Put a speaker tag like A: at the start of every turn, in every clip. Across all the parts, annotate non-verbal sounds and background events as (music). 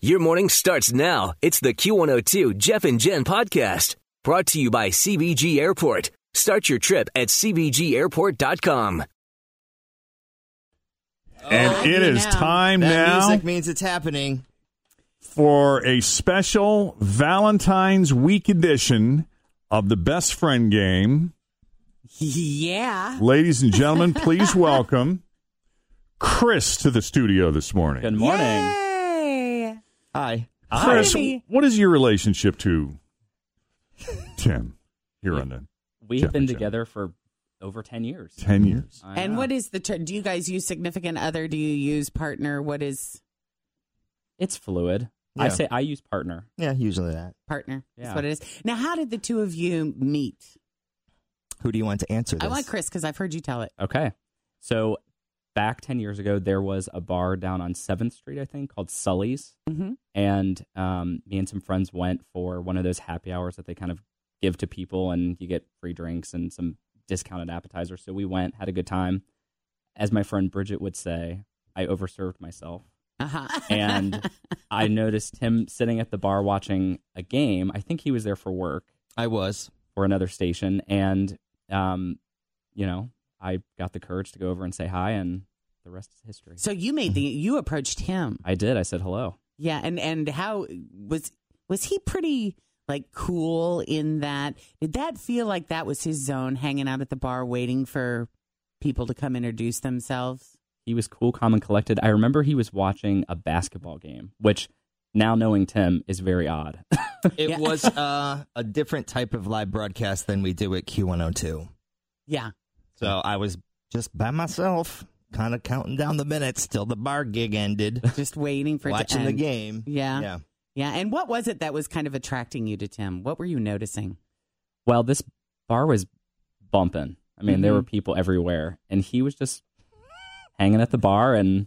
A: Your morning starts now. It's the Q102 Jeff and Jen podcast brought to you by CBG Airport. Start your trip at CBGAirport.com.
B: Oh,
C: And it is time
B: that
C: now
B: Music means it's happening.
C: for a special Valentine's Week edition of the Best Friend Game.
D: Yeah.
C: Ladies and gentlemen,
B: (laughs)
C: please welcome Chris to the studio this morning.
E: Good morning.
D: Yay.
B: Hi.
C: Chris,
D: Hi.
C: what is your relationship to Tim here on the
E: We've
C: Jeff
E: been
C: and Jen.
E: together for over 10 years.
C: 10 years?
E: I
D: (laughs) And
E: know.
D: what is the term? Do you guys use significant other? Do you use partner? What is
E: It's fluid.
B: Yeah.
E: I say I use partner.
B: Yeah, usually that.
D: partner? That's
E: Yeah.
D: what it is. Now, how did the two of you meet?
B: Who do you want to answer this?
D: I want Chris because I've heard you tell it.
E: Okay. So back 10 years ago, there was a bar down on 7th Street, I think, called Sully's.
D: Mhm.
E: And um, me and some friends went for one of those happy hours that they kind of give to people, and you get free drinks and some discounted appetizers. So we went, had a good time. As my friend Bridget would say, I overserved myself.
D: Uh-huh.
E: (laughs) And I noticed him sitting at the bar watching a game. I think he was there for work.
B: I was.
E: for another station and um you know i got the courage to go over and say hi and the rest is history
D: (laughs) so you made the you approached him.
E: i did i said hello
D: Yeah, and and how was was he pretty like cool in that? Did that feel like that was his zone, hanging out at the bar, waiting for people to come introduce themselves?
E: he was cool calm and collected i remember he was watching a basketball game which now knowing tim is very odd
D: (laughs)
B: It
D: Yeah.
B: was uh, a different type of live broadcast than we do at Q102.
D: Yeah.
B: So I was just by myself, kind of counting down the minutes till the bar gig ended,
D: just waiting (laughs) for it to
B: watching the
D: end.
B: game.
D: Yeah.
B: Yeah.
D: Yeah, and what was it that was kind of attracting you to Tim? What were you noticing?
E: well this bar was bumping i mean there
D: Mhm.
E: were
C: Mm-hmm.
E: people everywhere and he was just hanging at the bar and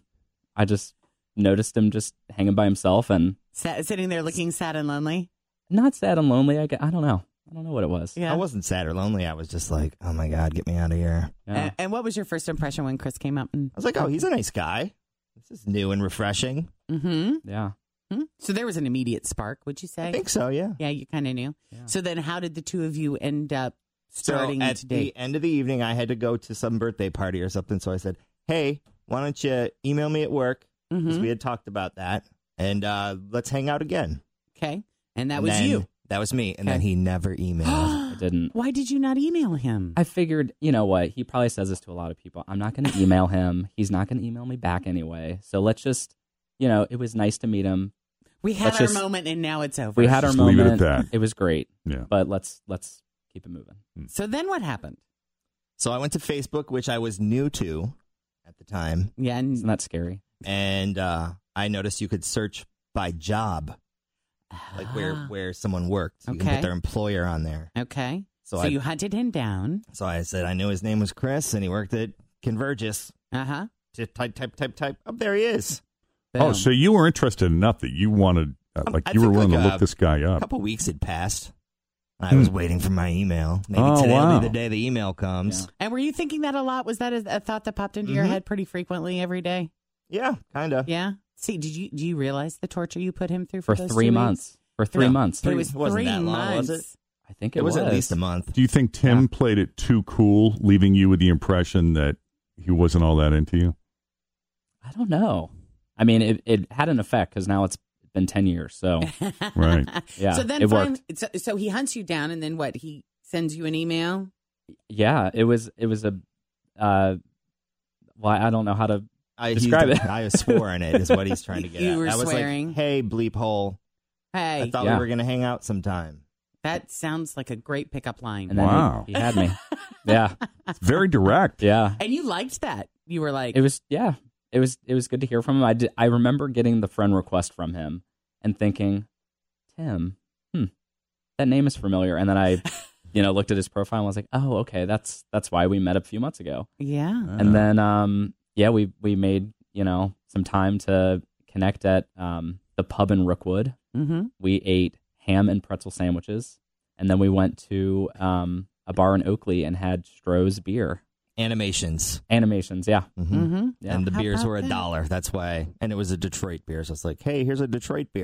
E: i just noticed him just hanging by himself and
D: Sa- sitting there looking sad and lonely.
E: not sad and lonely i, gu- I don't know i don't know what it was
D: Yeah.
B: I wasn't sad or lonely. I was just like, oh my God, get me out of here.
D: A-
E: Yeah.
D: And, what was your first impression when Chris came up? And,
B: I was like, oh, he's a nice guy. This is new and refreshing.
D: mm-hmm.
E: yeah.
D: So there was an immediate spark, would you say?
B: I think so, yeah.
D: Yeah, you kind of knew. So then, how did the two of you end up starting
B: so at
D: to date?
B: the end of the evening, I had to go to some birthday party or something. So I said, "Hey, why don't you email me at work?" Because
D: Mhm.
B: we had talked about that, and uh, let's hang out again.
D: Okay, and that
B: And
D: was
B: then-
D: you.
B: That was me. And then
D: Okay.
B: he never
D: (gasps)
B: emailed.
E: I didn't.
D: Why did you not email him?
E: I figured, you know what? He probably says this to a lot of people. I'm not going to email him. He's not going to email me back anyway. So let's just, you know, it was nice to meet him.
D: we had
E: let's
D: our
E: just-
D: moment, and now it's over.
E: We had our
C: Just
E: moment.
C: leave it at that.
E: It was great,
C: Yeah.
E: but let's let's keep it moving.
D: so then, what happened?
B: so I went to Facebook, which I was new to at the time,
D: Yeah, and
E: Isn't that scary?
B: and uh, I noticed you could search by job, like where
D: Ah,
B: where someone worked. You can
D: Okay.
B: put their employer on there.
D: Okay,
B: So
D: so,
B: I-
D: you hunted him down.
B: So I said I knew his name was Chris, and he worked at Convergys.
D: Uh huh.
B: Just Type type type type. Up there he is.
C: Oh, so you were interested enough that you wanted, uh,
B: Um,
C: like,
B: I
C: you were
B: think,
C: willing
B: like,
C: to
B: uh,
C: look this guy
B: A
C: up.
B: couple weeks had passed. I was
C: Hmm.
B: waiting for my email. Maybe
C: Oh,
B: today will
C: wow.
B: be the day the email comes.
D: And were you thinking that a lot? Was that a, a thought that popped into your
B: Mhm.
D: head pretty frequently every day?
B: Yeah, kind of.
D: Yeah. See, did you do you realize the torture you put him through
E: For
D: for, those
E: three
D: two weeks?
E: months. For three
B: No,
E: months.
B: three-
D: It was
B: It wasn't
D: three
B: that long, was
D: months.
E: I think
B: It,
E: it,
B: was, at least a month.
C: Do you think Tim played it too cool, leaving you with the impression that he wasn't all that into you?
E: I don't know. I mean, it, it had an effect because now it's been 10 years. So
D: (laughs)
C: Right.
E: Yeah,
D: So then
E: it
D: finally, so, so he hunts you down, and then what? He sends you an email.
E: yeah, it was, it was a, uh, well, I don't know how to,
B: I,
E: Describe
B: he,
E: it.
B: I swore on it is what he's trying to get
D: You
B: at.
D: were
B: I was
D: swearing.
B: like, hey, bleep hole.
D: Hey,
B: I thought
E: Yeah.
B: we were going to hang out sometime.
D: that sounds like a great pickup line.
E: and then
D: And,
E: he-
C: Wow.
E: he, had me. yeah.
C: It's very direct.
E: Yeah.
D: you liked that. You were like,
E: It was, yeah, it was, it was good to hear from him. I did, I remember getting the friend request from him and thinking, Tim, hmm, that name is familiar. And then I, you know, looked at his profile and was like, oh, okay. That's, that's why we met a few months ago.
D: yeah.
E: and then um yeah we we made you know some time to connect at um the pub in rookwood
D: Mm-hmm.
E: we ate ham and pretzel sandwiches and then we went to um a bar in oakley and had stroh's beer
B: Animations.
E: animations yeah
B: Mhm.
D: Mm-hmm.
E: yeah
B: And the
D: How
B: beers
D: about
B: were a
D: that?
B: dollar. That's why. And it was a Detroit beer. So it's like, hey, here's a Detroit beer.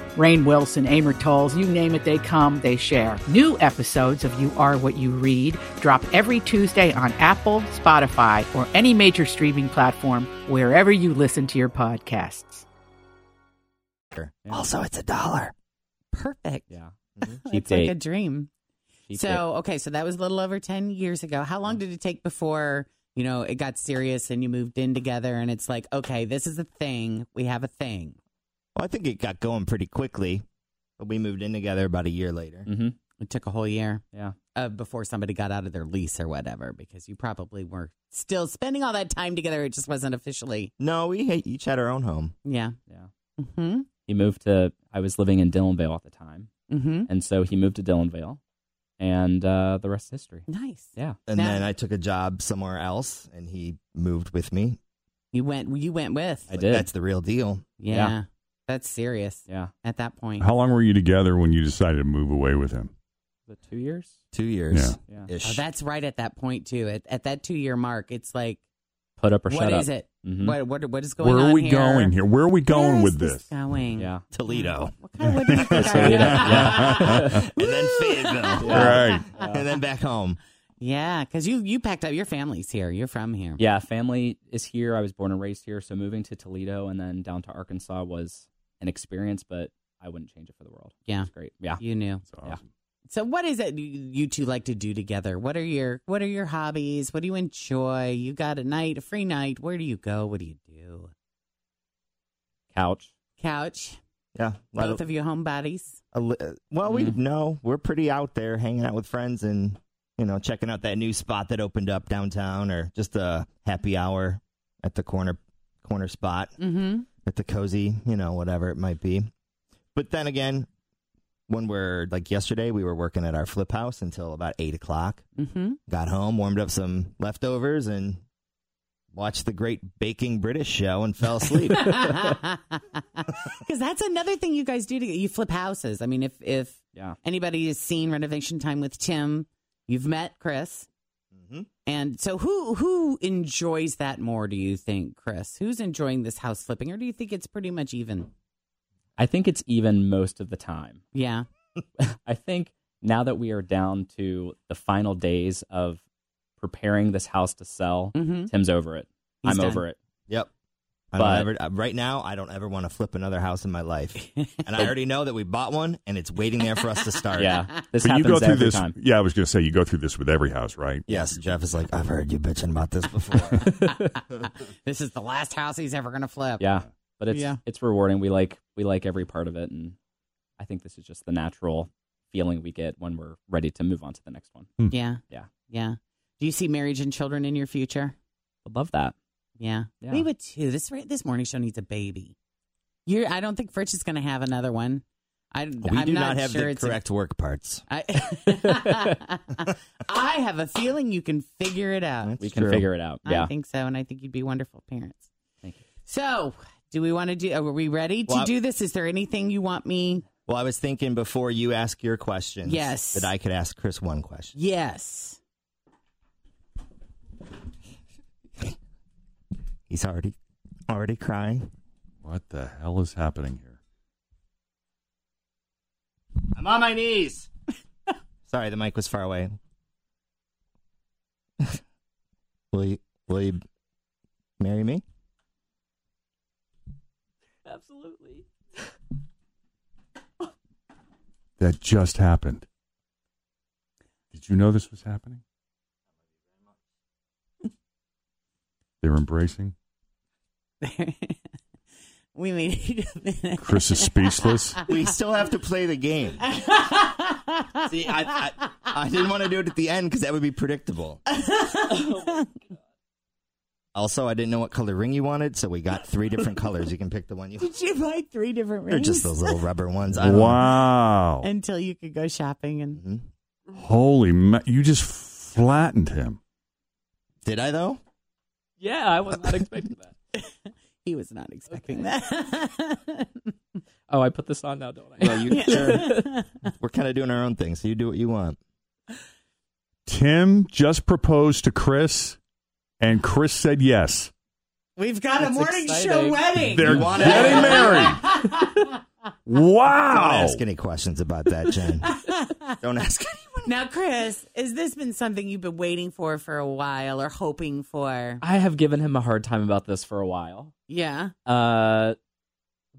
F: Rain Wilson, Amor Tolls, you name it, they come, they share. New episodes of You Are What You Read drop every Tuesday on Apple, Spotify, or any major streaming platform wherever you listen to your podcasts.
B: Also, it's a dollar.
D: Perfect.
E: yeah Cheap
D: It's like a
E: date.
D: dream.
E: Cheap
D: So okay, so that was a little over ten years ago. How long did it take before you know it got serious and you moved in together? And it's like, okay, this is a thing. We have a thing.
B: Well, I think it got going pretty quickly. But we moved in together about a year later.
E: date. hmm
D: It took a whole year
E: yeah
D: uh, before somebody got out of their lease or whatever, because you probably were still spending all that time together. It just wasn't officially.
B: No, we ha- each had our own home.
D: Yeah.
E: yeah
D: Mm-hmm.
E: he moved to i was living in dillonvale at the time
D: Mm-hmm.
E: and so he moved to dillonvale and uh the rest is history
D: Nice.
E: yeah
B: And
D: Now-
B: then I took a job somewhere else and he moved with me.
D: You went. You went with.
E: I did.
B: That's the real deal.
D: Yeah.
E: Yeah.
D: That's serious
E: yeah
D: at that point.
C: How long were you together when you decided to move away with him?
E: the two years
B: Two years
E: Yeah.
B: ish.
D: Oh, that's right at that point too. At, at that two year mark, it's like,
E: put up or
D: what is
E: shut up
D: it?
E: Mhm.
D: What, what what is going
C: Mm-hmm. Where
D: on?
C: are we going here? Where are we going
D: Where's
C: with this?
D: Going.
E: yeah
B: Toledo.
D: What kind of what do
C: (laughs)
B: (laughs)
D: you think? I
E: Toledo, (laughs) yeah.
D: am?
B: and then (laughs) Fayetteville.
C: Right.
B: And then back home.
D: yeah, because you you packed up your family's here. You're from here.
E: Yeah, family is here. I was born and raised here, so moving to Toledo and then down to Arkansas was an experience, but I wouldn't change it for the world.
D: Yeah.
E: it's great. Yeah,
D: You knew.
C: It's awesome.
D: So what is it you, you two like to do together? What are your what are your hobbies? What do you enjoy? You got a night, a free night. Where do you go? What do you do?
E: couch.
D: Couch.
B: Yeah. a lot
D: Both of you homebodies.
B: a li- uh, well, we know we're pretty out there hanging out with friends and you know checking out that new spot that opened up downtown or just a happy hour at the corner corner spot
D: Mm-hmm.
B: at the cozy, you know, whatever it might be. But then again, when we're like yesterday, we were working at our flip house until about eight o'clock.
D: Mm-hmm.
B: Got home, warmed up some leftovers, and watched the Great Baking British Show and fell asleep.
D: Because that's another thing you guys do. To, you flip houses. I mean, if if
E: Yeah,
D: anybody has seen Renovation Time with Tim, you've met Chris. Mm-hmm. And so, who who enjoys that more? Do you think, Chris? Who's enjoying this house flipping, or do you think it's pretty much even?
E: I think it's even most of the time.
D: Yeah.
E: I think now that we are down to the final days of preparing this house to sell,
D: Mhm.
E: Tim's over it.
D: He's
E: I'm
D: done.
E: over it.
B: Yep. I
E: But-
B: don't ever, uh, right now, I don't ever want to flip another house in my life, and I already know that we bought one, and it's waiting there for us to
D: (laughs)
B: start.
E: Yeah, this
C: But you
E: happens
C: go through
E: every
C: this.
E: time.
C: Yeah, I was going to say you go through this with every house, right?
B: Yes, Jeff is like, I've heard you bitching about this before.
D: This is the last house he's ever gonna flip.
E: Yeah, but it's
D: Yeah.
E: it's rewarding. We like we like every part of it, and I think this is just the natural feeling we get when we're ready to move on to the next one.
D: Mm. Yeah.
E: Yeah.
D: Yeah. Do you see marriage and children in your future?
E: Would love that.
D: Yeah.
E: Yeah.
D: We would too. This ra- this morning show needs a baby. You're, I don't think Fritch is going to have another one. I,
B: we
D: I'm
B: do not, have
D: sure
B: the
D: it's a-
B: correct work parts.
D: I, (laughs) I have a feeling you can figure it out.
B: That's
E: we can
B: true.
E: figure it out. Yeah.
D: I think so, and I think you'd be wonderful parents.
E: Thank you.
D: So, Do we want to do? Are we ready to
B: Well, I-
D: do this? Is there anything you want me?
B: Well, I was thinking before you ask your questions,
D: Yes.
B: that I could ask Chris one question.
D: Yes.
B: He's already already crying.
C: What the hell is happening here?
B: I'm on my knees. Sorry, the mic was far away. (laughs) will you will you marry
D: (laughs)
B: me?
E: Absolutely.
C: That just happened. Did you know this was (laughs) happening? They're embracing.
D: (laughs) we may need a minute.
C: Chris is (laughs) speechless.
B: We still have to play the game. See, I, I, I didn't want to do it at the end because that would be predictable. Also, I didn't know what color ring you wanted, so we got three different colors. You can pick
D: (laughs)
B: the one you want.
D: (laughs) Did you buy three different
B: They're
D: rings?
B: just those little rubber ones. I don't Mm-hmm. know.
C: Wow.
D: (laughs) Until you could go shopping and
C: Holy, ma- you just flattened him.
B: Did I though?
E: Yeah, I was not expecting that.
D: (laughs) he was not expecting that. (laughs)
E: Oh, I put this on now, don't I?
B: Well, you sure. We're kind of doing our own thing, so you do what you want.
C: Tim just proposed to Chris, and Chris said yes.
D: We've got
E: That's
D: a morning show
E: exciting.
D: wedding.
C: They're
B: You wanna-
C: getting married.
B: Don't
C: Wow.
B: ask any questions about that, Jen. Don't ask.
D: Now, Chris, has this been something you've been waiting for for a while or hoping for?
E: (laughs) I have given him a hard time about this for a while.
D: Yeah.
E: Uh,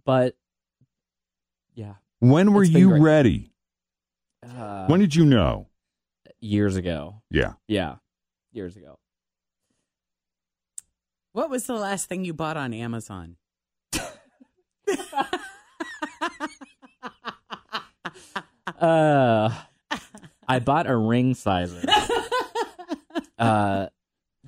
E: but yeah,
C: When were
E: It's been
C: you
E: great.
C: ready?
E: uh,
C: When did you know?
E: years ago.
C: Yeah.
E: Yeah, years ago.
D: What was the last thing you bought on Amazon? (laughs)
E: Uh, I bought a ring sizer. Uh,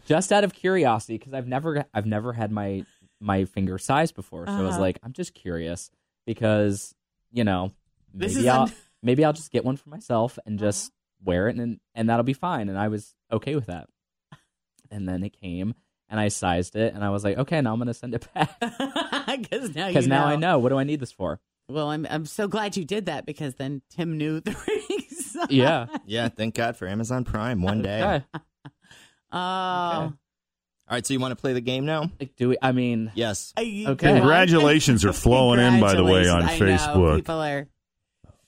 E: just out of curiosity, because I've never, I've never had my my finger sized before, so I was
D: Uh-huh.
E: like, I'm just curious because you know,
D: This
E: maybe
D: is
E: I'll
D: un-
E: (laughs) maybe I'll just get one for myself and
D: Uh-huh.
E: just wear it, and and that'll be fine. And I was okay with that. And then it came, and I sized it, and I was like, okay, now I'm gonna send it (laughs) back
D: Because now,
E: because
D: you
E: now I know what do I need this for.
D: Well, I'm I'm so glad you did that because then Tim knew the (laughs) rings. (laughs)
E: Yeah.
B: Yeah, thank God for Amazon Prime. One day.
E: Okay.
D: Oh,
B: All right, so you want to play the game now?
E: Like, do we? I mean,
B: Yes.
D: Uh, you-
E: Okay.
C: Congratulations are flowing in, by the way, on
D: Congratulations. I know,
C: Facebook.
D: people are.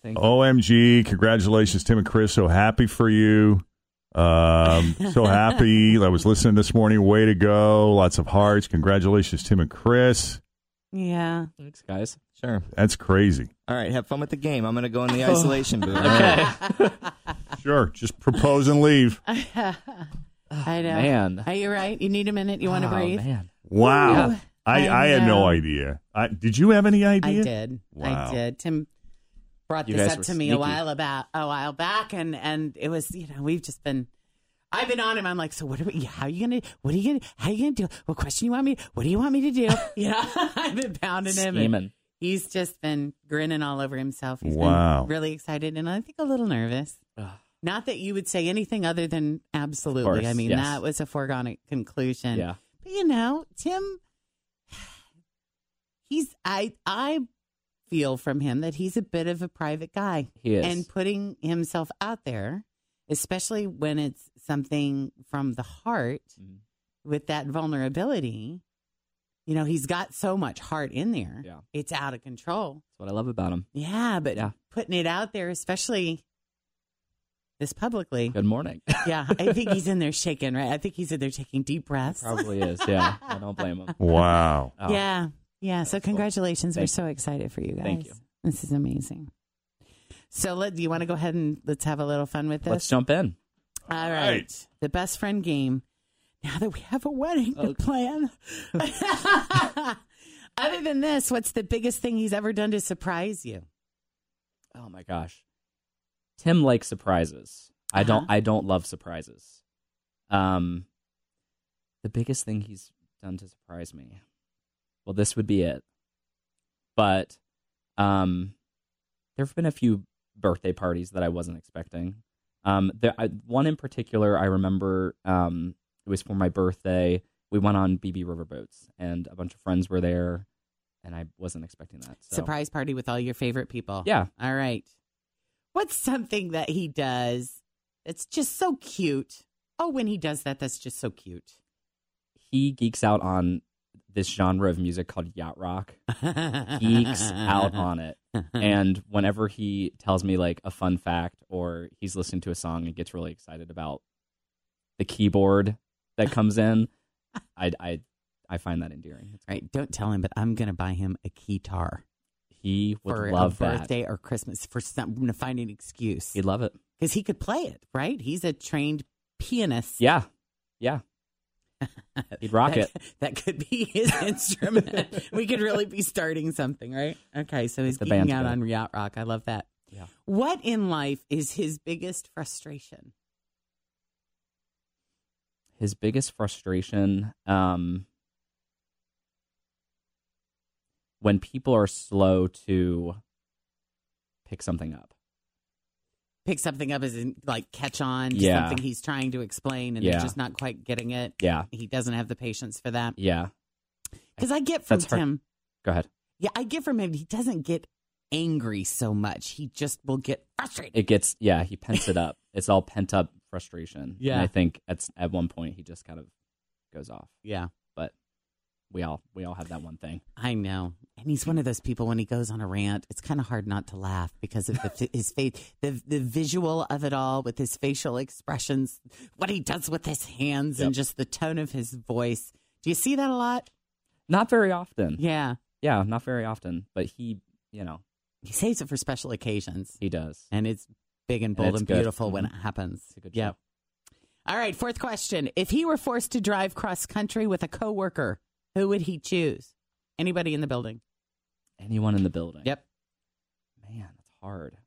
E: thank
C: Oh. OMG. Congratulations, Tim and Chris. So happy for you. Um, so happy. I was listening this morning. Way to go. Lots of hearts. Congratulations, Tim and Chris.
D: Yeah. (laughs)
E: Thanks, guys.
B: Sure.
C: That's crazy.
B: All right, have fun with the game. I'm going to go in the isolation booth.
E: Okay.
C: Sure. Just propose and leave.
D: I know.
E: man.
D: Are you right? You need a minute. You want to
E: Oh,
D: breathe?
E: Man.
C: Wow.
D: Yeah.
C: I, I,
D: I
C: had no
D: know.
C: idea. I, did you have any
D: I
C: idea?
D: did.
C: Wow.
D: I did. Tim brought
E: You
D: this
E: guys
D: up
E: were
D: to me a
E: sneaky.
D: while about a while back, and and it was you know we've just been. I've been on him. I'm like, so what? Are we, how are you gonna? What are you gonna? How are you gonna do? What question you want me? What do you want me
E: (laughs)
D: to do? yeah, (laughs) I've been pounding him. and
E: Scheming.
D: He's just been grinning all over himself. He's
C: Wow.
D: been really excited, and I think a little nervous.
E: Ugh.
D: Not that you would say anything other than absolutely.
E: Of course,
D: I mean,
E: yes.
D: that was a foregone conclusion.
E: Yeah.
D: But you know, Tim, he's I I feel from him that he's a bit of a private guy,
E: He is.
D: and putting himself out there, especially when it's something from the heart,
E: Mhm.
D: with that vulnerability. You know, he's got so much heart in there.
E: Yeah.
D: It's out of control.
E: That's what I love about him.
D: Yeah, but
E: Yeah.
D: putting it out there, especially this publicly.
E: Good
D: (laughs)
E: morning.
D: Yeah, I think he's in there shaking, right? I think he's in there taking deep breaths.
E: Probably is. Yeah. I don't blame him.
C: Wow.
E: Oh,
D: Yeah. Yeah. So congratulations. We're
E: Thank
D: so excited for you guys.
E: Thank you.
D: This is amazing. So let do you want to go ahead and let's have a little fun with this?
E: Let's jump in.
D: All
C: right.
D: right. The best friend game. Now that we have a wedding
E: Oh. (laughs)
D: to plan. (laughs) Other than this, what's the biggest thing he's ever done to surprise you?
E: Oh my gosh. Tim likes surprises. I don't
D: Uh-huh.
E: I don't love surprises. Um the biggest thing he's done to surprise me. Well, this would be it. But um there've been a few birthday parties that I wasn't expecting. Um there I, one in particular I remember um it was for my birthday. We went on BB Riverboats and a bunch of friends were there and I wasn't expecting that. So.
D: Surprise party with all your favorite people.
E: Yeah.
D: All right. What's something that he does that's just so cute? Oh, when he does that, that's just so cute.
E: He geeks out on this genre of music called yacht rock. Geeks
D: (laughs)
E: out on it. And whenever he tells me like a fun fact or he's listening to a song and gets really excited about the keyboard that comes
D: (laughs)
E: in, I I I find that endearing. It's-
D: Right. Don't tell him, but I'm going to buy him a guitar
E: He would
D: for
E: love
D: a
E: that.
D: birthday or Christmas for some, I'm going to find an excuse.
E: He'd love it.
D: Because he could play it, right? He's a trained pianist.
E: Yeah.
D: (laughs)
E: Yeah. He'd rock
D: that,
E: it.
D: (laughs) That could be his instrument. we could really be starting something, right? Okay, so he's
E: The
D: geeking
E: band's
D: out
E: better.
D: on yacht rock. I love that.
E: Yeah.
D: What in life is his biggest frustration?
E: his biggest frustration um when people are slow to pick something up
D: Pick something up as in like catch on to
E: Yeah.
D: something he's trying to explain and
E: Yeah.
D: they're just not quite getting it.
E: yeah
D: He doesn't have the patience for that.
E: yeah
D: Because I get from
E: That's her-
D: Tim.
E: go ahead
D: Yeah, I get from him. He doesn't get angry so much. He just will get frustrated.
E: it gets yeah he pents it up it's all pent up frustration
D: Yeah.
E: and i think at s- at one point he just kind of goes off
D: yeah.
E: but we all we all have that one thing
D: I know. And he's one of those people when he goes on a rant, it's kind of hard not to laugh because of the, (laughs) his face, the, the visual of it all with his facial expressions, what he does with his hands, and
E: Yep.
D: just the tone of his voice. Do you see that a lot?
E: not very often
D: Yeah.
E: yeah not very often but he you know
D: He saves it for special occasions,
E: he does
D: and it's big and
E: And
D: bold
E: it's
D: and,
E: good.
D: beautiful when
E: Mhm.
D: it happens.
E: It's a good
D: Yeah.
E: show.
D: All right. Fourth question If he were forced to drive cross country with a coworker, who would he choose? Anybody in the building?
E: anyone in the building
D: Yep.
E: Man, that's hard.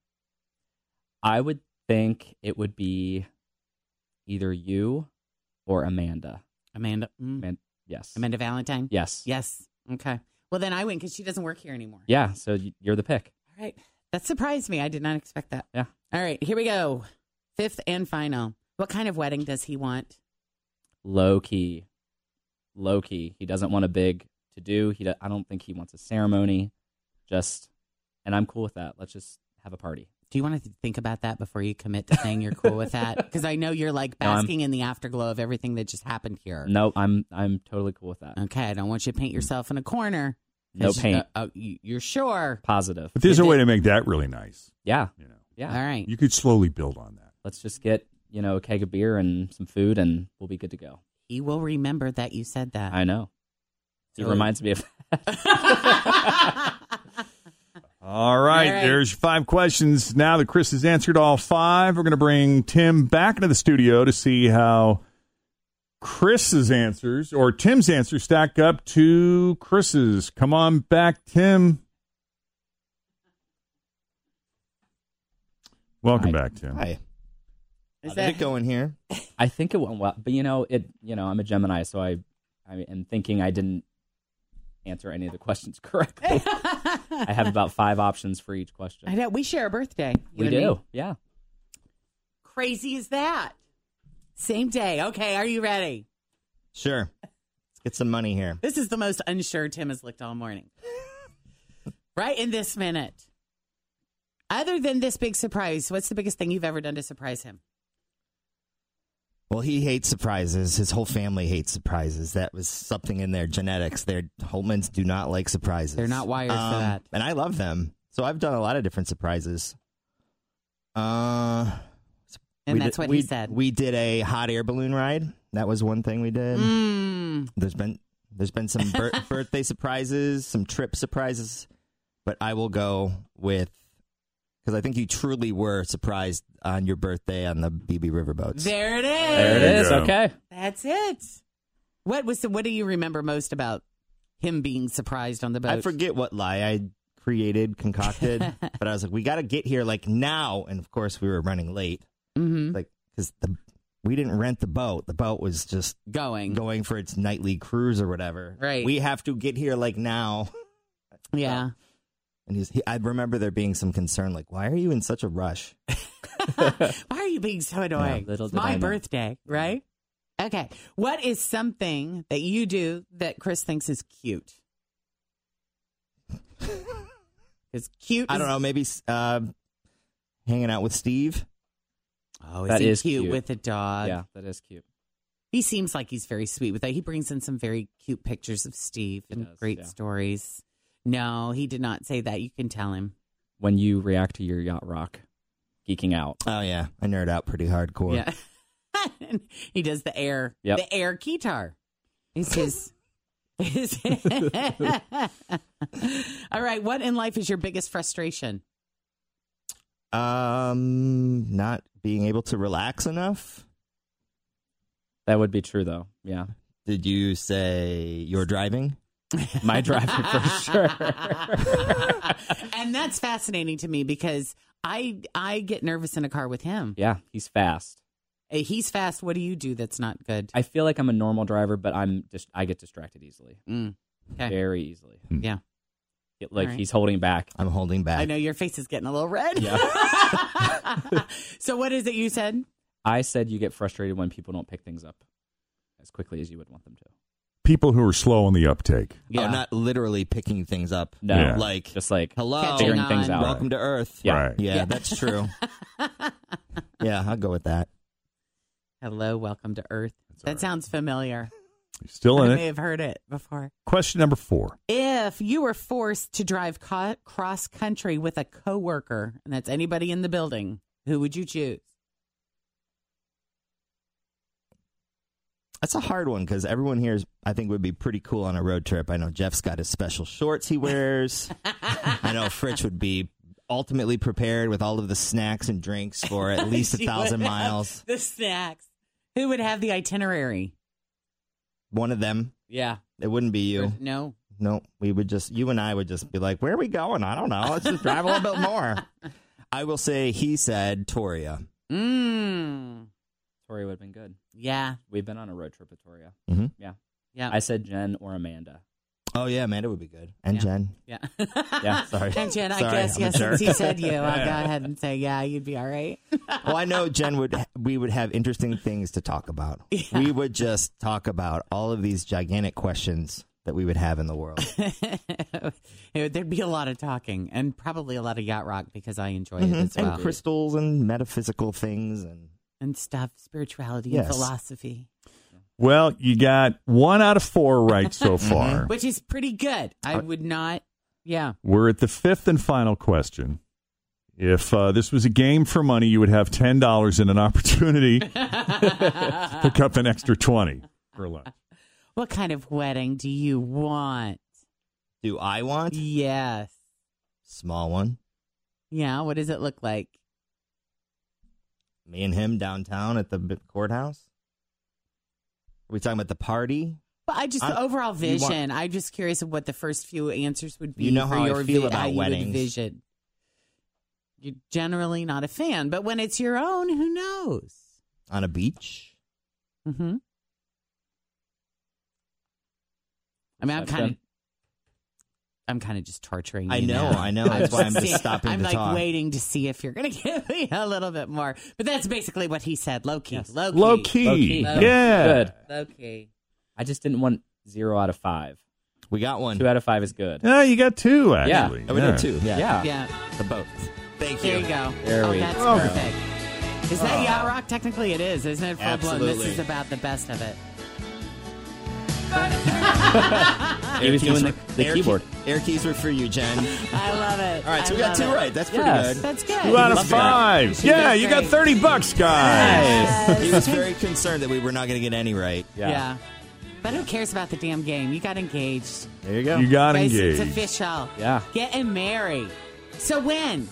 E: I would think it would be either you or Amanda.
D: Amanda. Mm.
E: Amanda yes.
D: Amanda Valentine?
E: Yes.
D: Yes. Okay. Well, then I win because she doesn't work here anymore.
E: Yeah. So y- you're the pick.
D: All right. That surprised me. I did not expect that.
E: Yeah.
D: All right. Here we go. Fifth and final. What kind of wedding does he want?
E: Low key. Low key. He doesn't want a big to do. He. Do- I don't think he wants a ceremony. Just, and I'm cool with that. Let's just have a party.
D: Do you want to think about that before you commit to saying you're cool with
E: (laughs)
D: that? Because I know you're like
E: No, I'm-
D: basking in the afterglow of everything that just happened here.
E: No, I'm I'm totally cool with that.
D: Okay. I don't want you to paint yourself in a corner.
E: No
D: 'Cause you-
E: paint.
D: uh, uh, you- you're sure.
E: Positive.
C: But there's a
D: If
C: way
D: it-
C: to make that really nice.
E: Yeah.
C: You know,
E: Yeah.
D: All right.
C: you could slowly build on that.
E: Let's just get you know a keg of beer and some food, and we'll be good to go.
D: He will remember that you said that. (laughs)
E: I know. He
D: So-
E: reminds me of (laughs)
C: All right,
D: All right.
C: there's five questions. Now that Chris has answered all five, we're going to bring Tim back into the studio to see how Chris's answers or Tim's answers stack up to Chris's. Come on back, Tim. Welcome
E: Hi.
C: back, Tim.
B: Hi.
D: Is
B: How did
D: that-
B: it go in here?
E: I think it went well, but you know, it. You know, I'm a Gemini, so I, I am thinking I didn't answer any of the questions (laughs) correctly. I have about five options for each
D: I
E: question.
D: know. We share a birthday. you
E: We
D: and me.
E: do, yeah.
D: Crazy as that. Same day. Okay, are you ready?
B: Sure. Let's get some money here.
D: This is the most unsure Tim has looked
E: (laughs)
D: all morning. right in this minute. Other than this big surprise, what's the biggest thing you've ever done to surprise him?
B: Well, he hates surprises. His whole family hates surprises. That was something in their genetics. Their Holmans do not like surprises. Um,
D: They're not wired for that.
B: And I love them. So I've done a lot of different surprises. Uh,
D: And
B: we
D: that's
B: did-
D: what
B: we,
D: he said.
B: We did a hot air balloon ride. That was one thing we
D: Mm.
B: did.
E: Hmm.
B: There's been there's been
D: (laughs)
B: some bir- birthday surprises, some trip surprises, but I will go with because I think you truly were surprised on your birthday on the BB Riverboats.
D: there it is.
E: There
C: There
E: it
C: you
E: is.
C: go.
E: Okay.
D: That's it. What was the, what do you remember most about him being surprised on the boat?
B: I forget what lie I created, (laughs) concocted, but I was like, we got to get here like now. And of course, we were running late,
D: Mhm.
B: like because the we didn't rent the boat. The boat was just
D: Going.
B: going for its nightly cruise or whatever.
D: Right.
B: We have to get here like now. (laughs)
D: Yeah.
B: And he's, he, I remember there being some concern, like, why are you in such a rush?
D: Why are you being so annoying?
E: little
D: it's
E: did
D: my
E: I know.
D: birthday, right? Okay.
E: (laughs)
D: What is something that you do that Chris thinks is cute? It's cute.
B: I don't
D: is-
B: know. Maybe uh, hanging out with Steve.
D: Oh, is
E: That
D: he
E: is
D: cute,
E: cute.
D: with a dog?
E: yeah, that is cute.
D: He seems like he's very sweet with that. He brings in some very cute pictures of Steve
E: He
D: and
E: does,
D: great
E: yeah.
D: stories. No, he did not say that. You can tell him.
E: When you react to your yacht rock, geeking out.
B: Oh yeah, I nerd out pretty hardcore.
D: (laughs) Yeah. he does the air,
E: Yep.
D: the air guitar.
E: (laughs)
D: It's his. his (laughs) All right. What in life is your biggest frustration?
B: (laughs) Um, not being able to relax enough.
E: That would be true though. Yeah,
B: Did you say you're driving?
D: (laughs)
E: my driving (laughs) for sure.
D: and that's fascinating to me because I I get nervous in a car with him.
E: Yeah, he's fast.
D: Uh, He's fast. What do you do that's not good?
E: I feel like I'm a normal driver, but I'm just I get distracted easily,
D: Mm. Okay.
E: very easily.
D: Yeah.
E: It- like
D: All right.
E: he's holding back.
B: I'm holding back.
D: I know your face is getting a little red. (laughs) so what is it you said?
E: I said you get frustrated when people don't pick things up as quickly as you would want them to.
C: People who are slow on the uptake.
B: Oh, not literally picking things up.
E: No,
C: Yeah.
B: Like,
E: just like
B: hello,
E: figuring
D: Catching
E: things
D: on.
E: out.
B: welcome to Earth.
E: Yeah.
C: Right.
B: Yeah, that's
D: (laughs)
B: true. yeah, I'll go with that.
D: Hello, welcome to Earth. that sounds familiar.
C: Still in
D: I
C: it.
D: may have heard it before.
C: Question number four.
D: If you were forced to drive co- cross country with a coworker, and that's anybody in the building, who would you choose?
B: That's a hard one because everyone here is, I think, would be pretty cool on a road trip. I know Jeff's got his special shorts
D: (laughs)
B: he wears. I know Fritch would be ultimately prepared with all of the snacks and drinks for at least
D: (laughs)
B: a
D: She would
B: thousand
D: have
B: miles.
D: (laughs) The snacks. Who would have the itinerary?
B: One of them.
D: Yeah.
B: It wouldn't be you.
D: No.
B: No, we would just you and I would just be like, where are we going? I don't know. Let's just drive a little bit more. (laughs) I will say he said Toria.
D: Mmm.
E: Tori would have been good.
D: Yeah.
E: We've been on a road trip with Toria.
B: Mhm.
E: Yeah,
D: Yeah.
E: I said Jen or
D: (laughs)
E: Amanda.
B: Oh yeah, Amanda would be good. And
D: Yeah.
B: (laughs) Jen.
D: yeah. (laughs)
E: Yeah,
B: Sorry.
D: And Jen, I
B: Sorry,
D: guess,
B: I'm a
D: yes,
B: jerk.
D: since he said you, I'll go ahead and say, yeah, you'd be all right.
B: (laughs)
D: (laughs)
B: Well, I know Jen would. We would have interesting things to talk
D: (laughs)
B: about. We would just talk about all of these gigantic questions that we would have in
D: (laughs)
B: the world.
D: It- There'd be a lot of talking and probably a lot of yacht rock because I enjoy it as well.
B: Mm-hmm. And crystals and metaphysical things and
D: and stuff, spirituality
B: Yes.
D: and philosophy,
C: Well, you got one out of four right so
D: Mm-hmm.
C: far.
D: which is pretty good. I
B: Uh,
D: would not, yeah.
C: We're at the fifth and final question. If uh, this was a game for money, you would have ten dollars and an opportunity to pick up an extra twenty for lunch.
D: What kind of wedding do you want?
B: do I want
D: Yes.
B: small one?
D: Yeah. What does it look like?
B: Me and him downtown at the b- courthouse. Are we talking about the party?
D: But I just the
B: I'm-
D: overall
B: you want-
D: vision. I'm just curious of what the first few answers would be.
B: You know
D: for
B: how I
D: your
B: feel
D: vi-
B: about
D: how you would
B: weddings.
D: vision. You're generally not a fan, but when it's your own, who knows?
B: on a beach.
D: Mm-hmm. I mean, I'm
E: That's
D: kind of,
E: them.
D: I'm kind of just torturing.
B: I
D: you
B: know,
D: now.
B: I know. That's
D: (laughs)
B: why I'm just
D: seeing-
B: stopping
D: I'm
B: to
D: like
B: talk.
D: waiting to see if you're going to (laughs) give me a little bit more. But that's basically what he said. Low key,
E: Yes.
D: low key,
C: Low key,
E: Low key.
C: yeah.
E: Good.
D: low key.
E: I just didn't want zero out of five.
B: We got one.
E: Two out of five is good.
C: Yeah, you got two actually.
B: Oh, we did two. Yeah.
E: Yeah.
D: Yeah.
B: The boat. Thank
D: There you go.
E: There
D: oh,
E: we
D: that's
E: go.
D: perfect. Is that yacht rock? Technically, it is, isn't it? Full blown. This
B: Absolutely.
D: is about the best of it. Ah.
E: He was doing the, the
B: Air
E: keyboard.
B: Key, air keys were for you, Jen. All
D: (laughs) I love it.
B: right, so
D: I
B: we got
D: love
B: two
D: it.
B: right. That's pretty
E: Yes.
B: good.
D: That's good.
C: Two out of
B: Love that.
C: five. Yeah, you got
D: great.
C: thirty bucks, guys.
B: He was very concerned that we were not going to get any right.
D: Yeah. But who cares about the damn game? You got engaged.
B: There you go.
C: You got
D: Guys, It's
C: engaged.
D: official.
E: Yeah.
D: Getting married. So when?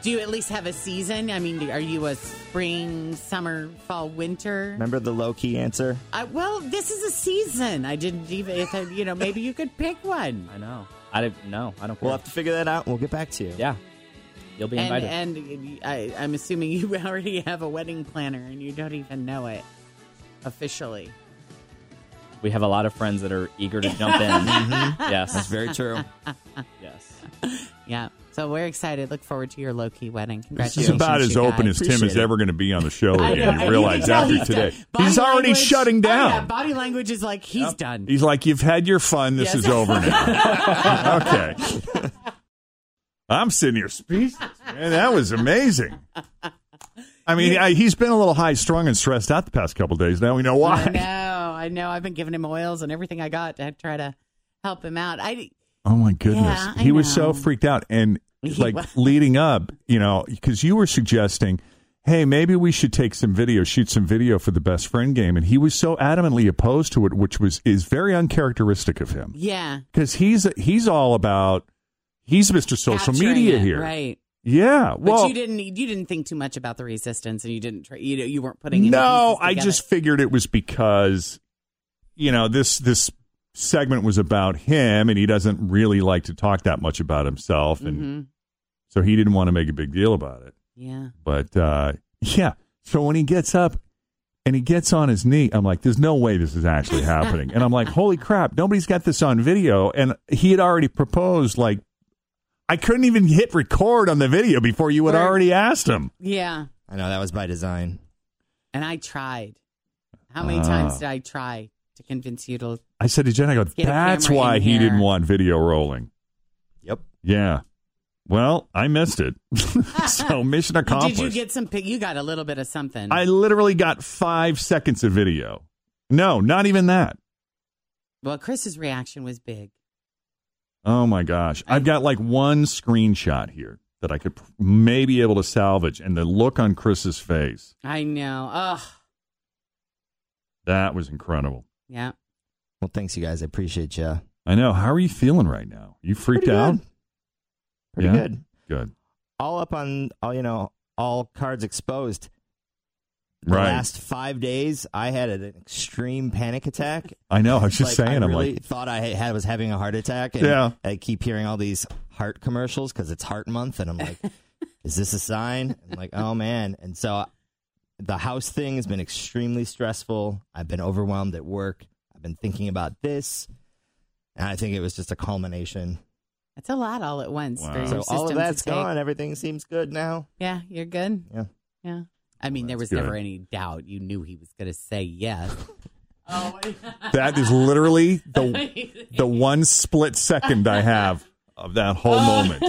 D: Do you at least have a season? I mean, are you a spring, summer, fall, winter?
B: Remember the low key answer?
D: I, well, this is a season. I didn't even, if I, you know, maybe you could
C: (laughs)
D: pick one.
E: I know. I don't know. I don't care.
B: We'll have to figure that out. We'll get back to you.
E: yeah. You'll be
D: And, uh,
E: invited.
D: and I, I'm assuming you (laughs) already have a wedding planner and you don't even know it officially.
E: we have a lot of friends
B: (laughs)
D: (laughs)
B: Mm-hmm.
E: that are eager to jump in. Yes.
B: Very true.
E: Yes.
D: Yeah. So we're excited. Look forward to your low key wedding.
C: This
D: Congratulations.
C: is about as
D: you
C: open as
D: guys.
C: Tim is
B: Appreciate it.
C: ever going to be on the show
D: I know,
C: again.
D: and
C: You
D: you
C: realize
D: can tell
C: after
D: he's
C: today.
D: done. Body
C: he's already
D: language-
C: shutting
D: Oh, yeah,
C: down.
D: body language is like he's done.
C: He's like, you've had your fun. This
D: Yes.
C: is over
D: (laughs)
C: now. okay. I'm sitting here speechless, man. That was amazing. I mean, I, he's been a little high strung and stressed out the past couple days. Now we know
D: I know.
C: why.
D: I know. I've been giving him oils and everything I got to try to help him out. I
C: Oh my goodness,
D: Yeah, I
C: he was so
D: know.
C: freaked out, and
D: He
C: like
D: was.
C: leading up, you know, because you were suggesting, hey, maybe we should take some video, shoot some video for the best friend game, and he was so adamantly opposed to it, which was is very uncharacteristic of him.
D: yeah.
C: because he's he's all about he's Mr. Social
D: capturing
C: Media
D: it,
C: here.
D: right?
C: Yeah.
D: But
C: Well,
D: you didn't. You didn't think too much about the resistance, and you didn't. Try, you know, you weren't putting. any
C: no,
D: pieces
C: I
D: together.
C: just figured it was because you know this this segment was about him, and he doesn't really like to talk that much about himself, and
D: Mhm.
C: so he didn't want to make a big deal about it.
D: Yeah.
C: But uh, (laughs) yeah, so when he gets up. And he gets on his knee. I'm like, there's no way this is
D: (laughs)
C: actually happening. And I'm like, holy crap, nobody's got this on video. And he had already proposed, like, I couldn't even hit record on the video before you had
D: Right.
C: already asked him.
D: Yeah.
B: I know that was by design.
D: And I tried. How many
C: Ah.
D: times did I try to convince you to?
C: I said to Jen, I go,
D: Get a
C: that's
D: camera
C: why
D: in
C: he
D: here."
C: didn't want video rolling.
B: Yep.
C: Yeah. Well, I missed it. (laughs) so mission accomplished.
D: Did you get some? pic- You got a little bit of something.
C: I literally got five seconds of video. No, not even that.
D: well, Chris's reaction was big.
C: Oh my gosh. I've got like one screenshot here that I could p- maybe able to salvage. And the look on Chris's face,
D: I know. Ugh.
C: that was incredible.
D: Yeah.
B: Well, thanks you guys. I appreciate you.
C: I know. How are you feeling right now? You freaked
B: Pretty
C: out?
B: good. Pretty
C: Yeah.
B: good.
C: Good.
B: All up on all you know, all cards exposed. The
C: Right.
B: last five days, I had an extreme panic attack.
C: I know. I was (laughs) just
B: Like,
C: saying.
B: I
C: I'm
B: really
C: like,
B: thought I had was having a heart attack. And
C: Yeah.
B: I keep hearing all these heart commercials because it's Heart Month, and
C: (laughs)
B: I'm like, is this a sign? I'm like, oh man. And so the house thing has been extremely stressful. I've been overwhelmed at work. I've been thinking about this, and I think it was just a culmination.
D: That's a lot all at once.
C: Wow.
D: for your
C: So
B: So all
D: system to
B: of that's
D: take.
B: gone. Everything seems good now.
D: Yeah, you're good.
B: Yeah.
D: Yeah. I mean, there was
C: that's good.
D: never any doubt. You knew he was going to
C: (laughs)
D: say yes. (laughs) oh,
C: that is literally the
D: (laughs)
C: the one split second I have of that whole moment.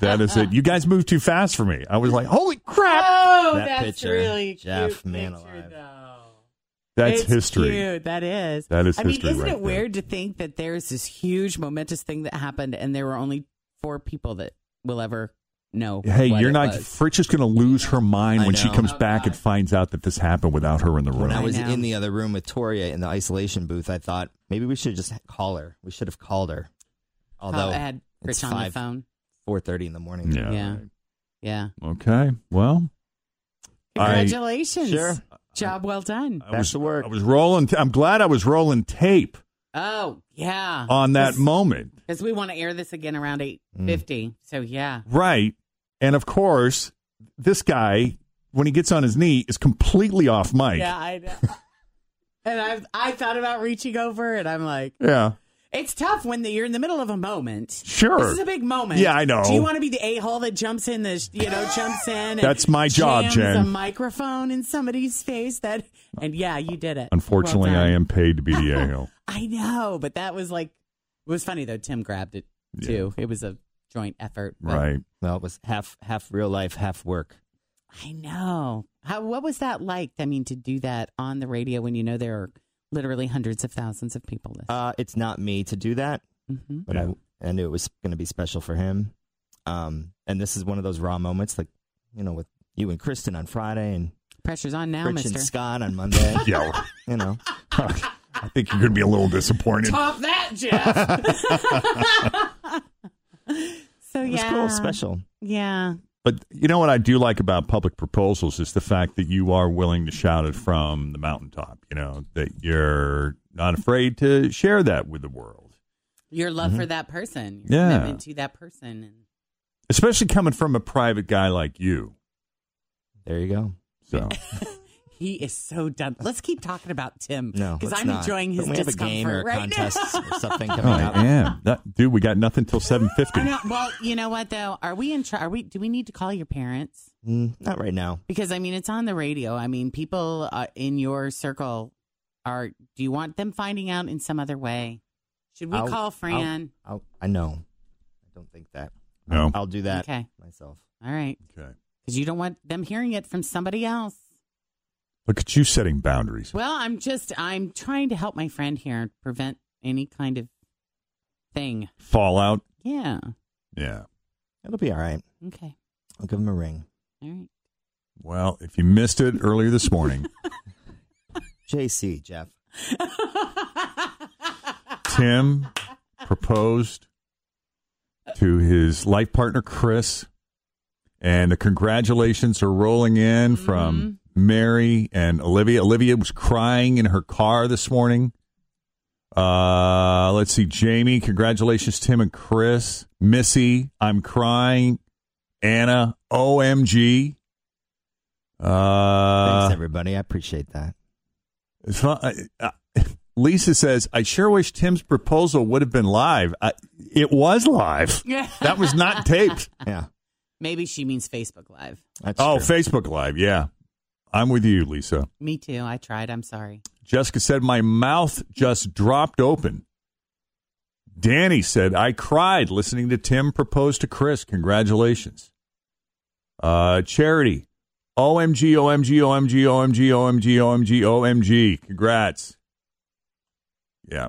C: That is it. You guys moved too fast for me. I was like, holy crap.
D: oh,
B: That
D: that's
B: picture,
D: really cute
B: Jeff, man
D: picture,
B: alive.
D: though.
C: That's
D: It's
C: history.
D: Cute. That is.
C: That is
D: I mean,
C: history
D: isn't
C: right
D: it
C: there.
D: weird to think that there's this huge momentous thing that happened, and there were only four people that will ever know?
C: Hey,
D: what
C: you're
D: it
C: not.
D: was.
C: Fritch is going to lose her mind
B: I
C: when she
B: know.
C: comes back and finds out that this happened without her in the room.
B: When I was
D: know.
B: in the other room with Toria in the isolation booth, I thought maybe we should just call her. We should have called her. Although
D: I had
B: it's
D: Rich on
B: five,
D: the phone.
B: four thirty in the morning.
C: yeah.
D: Yeah. Yeah.
C: Okay. Well, I-
D: Congratulations.
B: Sure.
D: Job well done.
C: I
B: Back
C: was,
B: to work.
C: I was rolling. i I'm glad I was rolling tape
D: Oh, yeah.
C: on that Mm. moment.
D: Because we want to air this again around 850. So, yeah.
C: Right. And of course, this guy, when he gets on his knee, is completely off mic.
D: Yeah, I know. (laughs) and I I thought about reaching over, and I'm like,
C: Yeah.
D: it's tough when the, you're in the middle of a moment.
C: Sure.
D: This is a big moment.
C: Yeah, I know.
D: Do you want to be the a hole that jumps in the sh- you know jumps in? And
C: That's my job,
D: jams
C: Jen.
D: A microphone in somebody's face. That and yeah, you did it.
C: Unfortunately,
D: Well
C: I
D: done.
C: am paid to be
D: (laughs)
C: the a-hole.
D: I know, but that was like it was funny though. Tim grabbed it too. It was a joint effort. but-
C: right.
B: Well, it was half half real life, half work.
D: I know. How what was that like? I mean, to do that on the radio when you know there are literally hundreds of thousands of people listening.
B: Uh, it's not me to do that,
D: hmm
B: but I, I knew it was going to be special for him. Um, and this is one of those raw moments, like you know, with you and Kristen on Friday and
D: Pressure's on now,
B: Rich
D: Mister.
B: and Scott
D: (laughs)
B: on Monday.
C: Yeah.
B: you know,
C: I think you're going to be a little disappointed.
D: Top that, (laughs) Jeff. so
B: it was
D: yeah,
B: cool, special.
D: Yeah,
C: But you know what I do like about public proposals is the fact that you are willing to shout it from the mountaintop, you know, that you're not afraid to share that with the world.
D: your love
B: Mm-hmm.
D: for that person, your
C: Yeah.
D: commitment to that person, and
C: Especially coming from a private guy like you.
B: There you go.
C: So
D: He is so done. Let's keep talking about Tim.
B: No,
D: because
B: let's
D: I'm
B: not.
D: enjoying his
B: Don't we have a
D: discomfort
B: game or a
D: right
B: contest
D: now.
B: or something
C: Oh,
B: coming up.
C: yeah. That, dude, we got nothing till
D: (laughs) I
C: 7.50.
D: know. Well, you know what though? Are we in? Tr- are we? Do we need to call your parents?
B: Mm, not right now.
D: Because I mean, it's on the radio. I mean, people uh, in your circle are. Do you want them finding out in some other way? Should we
B: I'll-
D: call Fran?
B: I'll, i I know. I don't think that.
C: No.
B: I'll do that
D: Okay.
B: myself.
D: All right,
C: Okay.
D: because you don't want them hearing it from somebody else.
C: Look at you setting boundaries.
D: Well, I'm just. I'm trying to help my friend here and prevent any kind of thing.
C: Fallout.
D: Yeah.
C: Yeah.
B: It'll be all right.
D: Okay.
B: I'll give him a ring.
D: All right.
C: Well, if you missed it earlier this morning,
B: JC, Jeff.
C: Tim proposed to his life partner, Chris, and the congratulations are rolling in from Mary and Olivia. Olivia was crying in her car this morning. Uh, let's see, Jamie, congratulations, Tim and Chris. Missy, I'm crying. Anna, OMG. Uh,
B: Thanks, everybody. I
D: (laughs)
B: appreciate that.
C: It's not- I- I- Lisa says, "I sure wish Tim's proposal would have been live. I, it was live.
B: (laughs)
D: Yeah.
C: That was not taped.
B: Yeah.
D: (laughs) Maybe she means Facebook Live.
B: That's
C: oh,
B: true.
C: Facebook Live. Yeah, I'm with you, Lisa.
D: Me too. I tried. I'm sorry.
C: Jessica said, my mouth just dropped open. Danny said, I cried listening to Tim propose to Chris. Congratulations. Uh, Charity, OMG, OMG, OMG, OMG, OMG, OMG, OMG. Congrats. Yeah.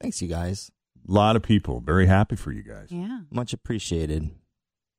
B: Thanks, you guys.
C: lot of people very happy for you guys.
D: Yeah.
B: Much appreciated.